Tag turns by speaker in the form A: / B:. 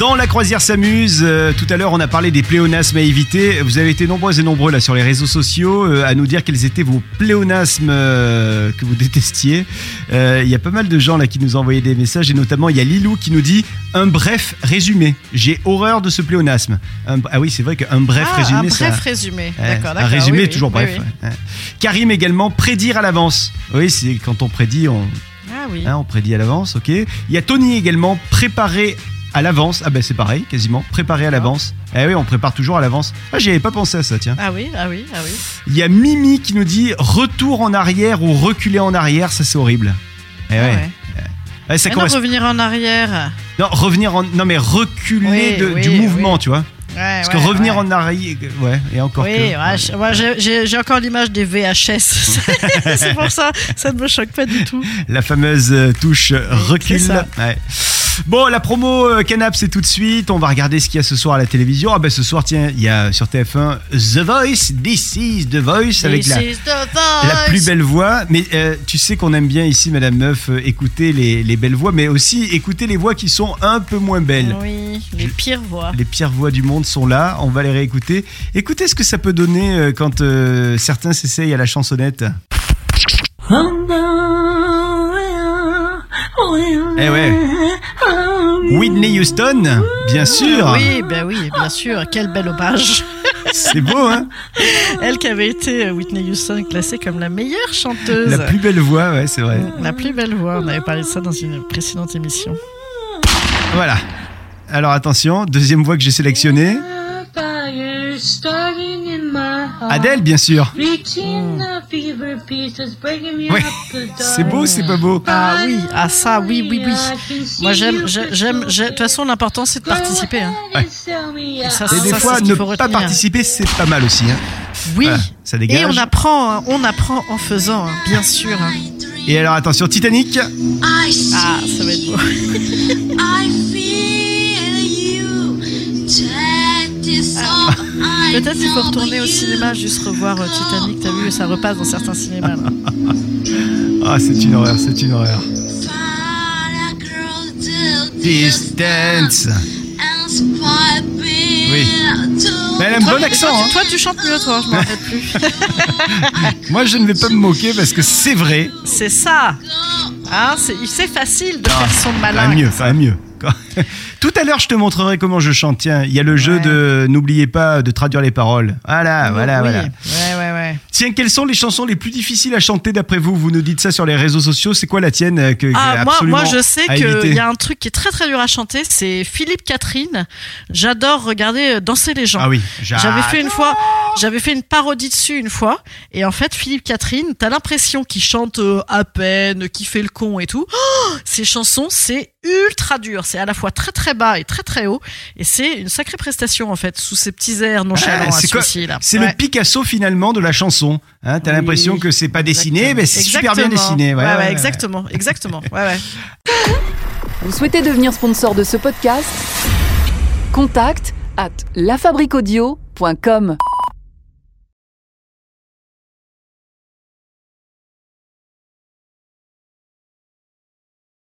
A: Dans La Croisière s'amuse, euh, tout à l'heure on a parlé des pléonasmes à éviter. Vous avez été nombreux et nombreux là sur les réseaux sociaux euh, à nous dire quels étaient vos pléonasmes euh, que vous détestiez. Euh, Il y a pas mal de gens là qui nous envoyaient des messages et notamment il y a Lilou qui nous dit un bref résumé. J'ai horreur de ce pléonasme. Un- ah oui, c'est vrai qu'un bref
B: Ah,
A: résumé,
B: un
A: ça-
B: bref résumé.
A: Ouais,
B: D'accord,
A: un
B: d'accord,
A: résumé,
B: oui, oui.
A: toujours
B: Oui,
A: bref.
B: oui.
A: ouais, ouais. Karim également, prédire à l'avance. Oui, c'est quand on prédit, on,
B: Ah oui.
A: hein, on prédit à l'avance, ok. Il y a Tony également, préparer à l'avance. Ah ben c'est pareil, quasiment,
B: Ah.
A: préparer à l'avance. Eh oui, on prépare toujours à l'avance. Ah, j'y avais pas pensé à ça, tiens.
B: Ah oui, ah oui, ah oui.
A: Il y a Mimi qui nous dit retour en arrière ou reculer en arrière, ça c'est horrible. Eh
B: Ah
A: ouais.
B: ouais.
A: Ouais, ça
B: Mais non,
A: correspond.
B: revenir en arrière.
A: Non, revenir en. Non, mais reculer
B: Oui,
A: de-
B: oui,
A: du
B: oui.
A: mouvement, tu vois.
B: Ouais,
A: Parce
B: ouais,
A: que revenir
B: ouais.
A: en arrière. Ouais, et encore
B: Oui,
A: que.
B: ouais, je- moi, j'ai- j'ai j'ai encore l'image des VHS. C'est pour ça, ça ne me choque pas du tout.
A: La fameuse euh, touche recul.
B: c'est ça.
A: Ouais. Bon, la promo euh, Canap, c'est tout de suite. On va regarder ce qu'il y a ce soir à la télévision. Ah ben ce soir, tiens, il y a sur TF1 The Voice, This is The Voice, avec la,
B: This is the
A: la plus
B: voice.
A: belle voix. Mais euh, tu sais qu'on aime bien ici, Madame Meuf, euh, écouter les, les belles voix, mais aussi écouter les voix qui sont un peu moins belles.
B: Oui, les pires voix.
A: Les pires voix du monde sont là, on va les réécouter. Écoutez ce que ça peut donner euh, quand euh, certains s'essayent à la chansonnette. Eh ouais. Whitney Houston, bien sûr.
B: Oui, ben oui, bien sûr. Quel bel hommage.
A: C'est beau, hein
B: Elle qui avait été euh, Whitney Houston classée comme la meilleure chanteuse.
A: La plus belle voix, ouais, c'est vrai.
B: La plus belle voix. On avait parlé de ça dans une précédente émission.
A: Voilà. Alors attention, deuxième voix que j'ai sélectionnée.
C: Fire starting in my heart.
A: Adèle, bien
B: Oh.
A: sûr.
C: Reaching the fever pieces, breaking me
A: Ouais.
C: up the dark.
A: C'est beau, c'est pas beau.
B: Ah oui, ah ça, oui, oui, oui. Moi j'aime, je- j'aime, j'ai- de toute façon l'important c'est de participer. hein.
C: Ouais.
B: ça,
A: Et des
B: c'est
A: fois,
B: ce qu'il
A: ne
B: faut
A: pas
B: retenir.
A: participer, c'est pas mal aussi. hein.
B: Oui.
A: Voilà, ça dégage.
B: Et on apprend, hein, on apprend en faisant, hein, bien sûr. hein.
A: Et alors attention, Titanic.
D: I see
B: Ah, ça va être beau.
D: I feel you. That is all I
B: Ah. Peut-être il faut
D: know
B: retourner au
D: you.
B: cinéma, juste revoir euh, Titanic, t'as vu, ça repasse dans certains cinémas. là.
A: Ah, c'est une horreur, c'est une horreur.
D: Find a girl to
A: Distance.
D: and spy me
A: Oui.
D: to-
A: Mais elle a un
B: Toi,
A: bon
B: mais
A: accent,
B: toi,
A: hein.
B: tu- Toi, tu chantes mieux, toi, je m'en rappelle plus.
A: Moi, je ne vais pas me moquer parce que c'est vrai.
B: C'est ça. Hein, c'est c'est facile de faire son
A: Ça
B: malin.
A: va Ah, bah, mieux, ça va mieux. Tout à l'heure, je te montrerai comment je chante. Tiens, il y a le jeu
B: Ouais. Oh,
A: de n'oubliez pas de traduire les paroles. Voilà, Ah, voilà,
B: Oui.
A: voilà.
B: Ouais, ouais, ouais.
A: Tiens, quelles sont les chansons les plus difficiles à chanter d'après vous Vous nous dites ça sur les réseaux sociaux. C'est quoi la tienne euh, que,
B: Ah,
A: que
B: moi,
A: absolument
B: moi, je sais
A: à
B: qu'il
A: éviter
B: y a un truc qui est très très dur à chanter, c'est Philippe Catherine. J'adore regarder euh, danser les gens.
A: Ah oui,
B: J'avais fait une fois, j'avais fait une parodie dessus une fois, et en fait Philippe Catherine, t'as l'impression qu'il chante euh, à peine, qu'il fait le con et tout. Oh, Ces chansons, c'est ultra dur, c'est à la fois très très bas et très très haut, et c'est une sacrée prestation en fait sous ces petits airs nonchalants
A: Ah, c'est quoi-
B: associés là.
A: C'est
B: Ouais.
A: le Picasso finalement de la chanson. Hein, T'as
B: Oui.
A: l'impression que c'est pas dessiné, mais c'est super bien
B: Exactement.
A: dessiné. Ouais,
B: ouais,
A: ouais, ouais.
B: exactement, exactement. Ouais, ouais.
E: Vous souhaitez devenir sponsor de ce podcast Contact à lafabriquaudio.com.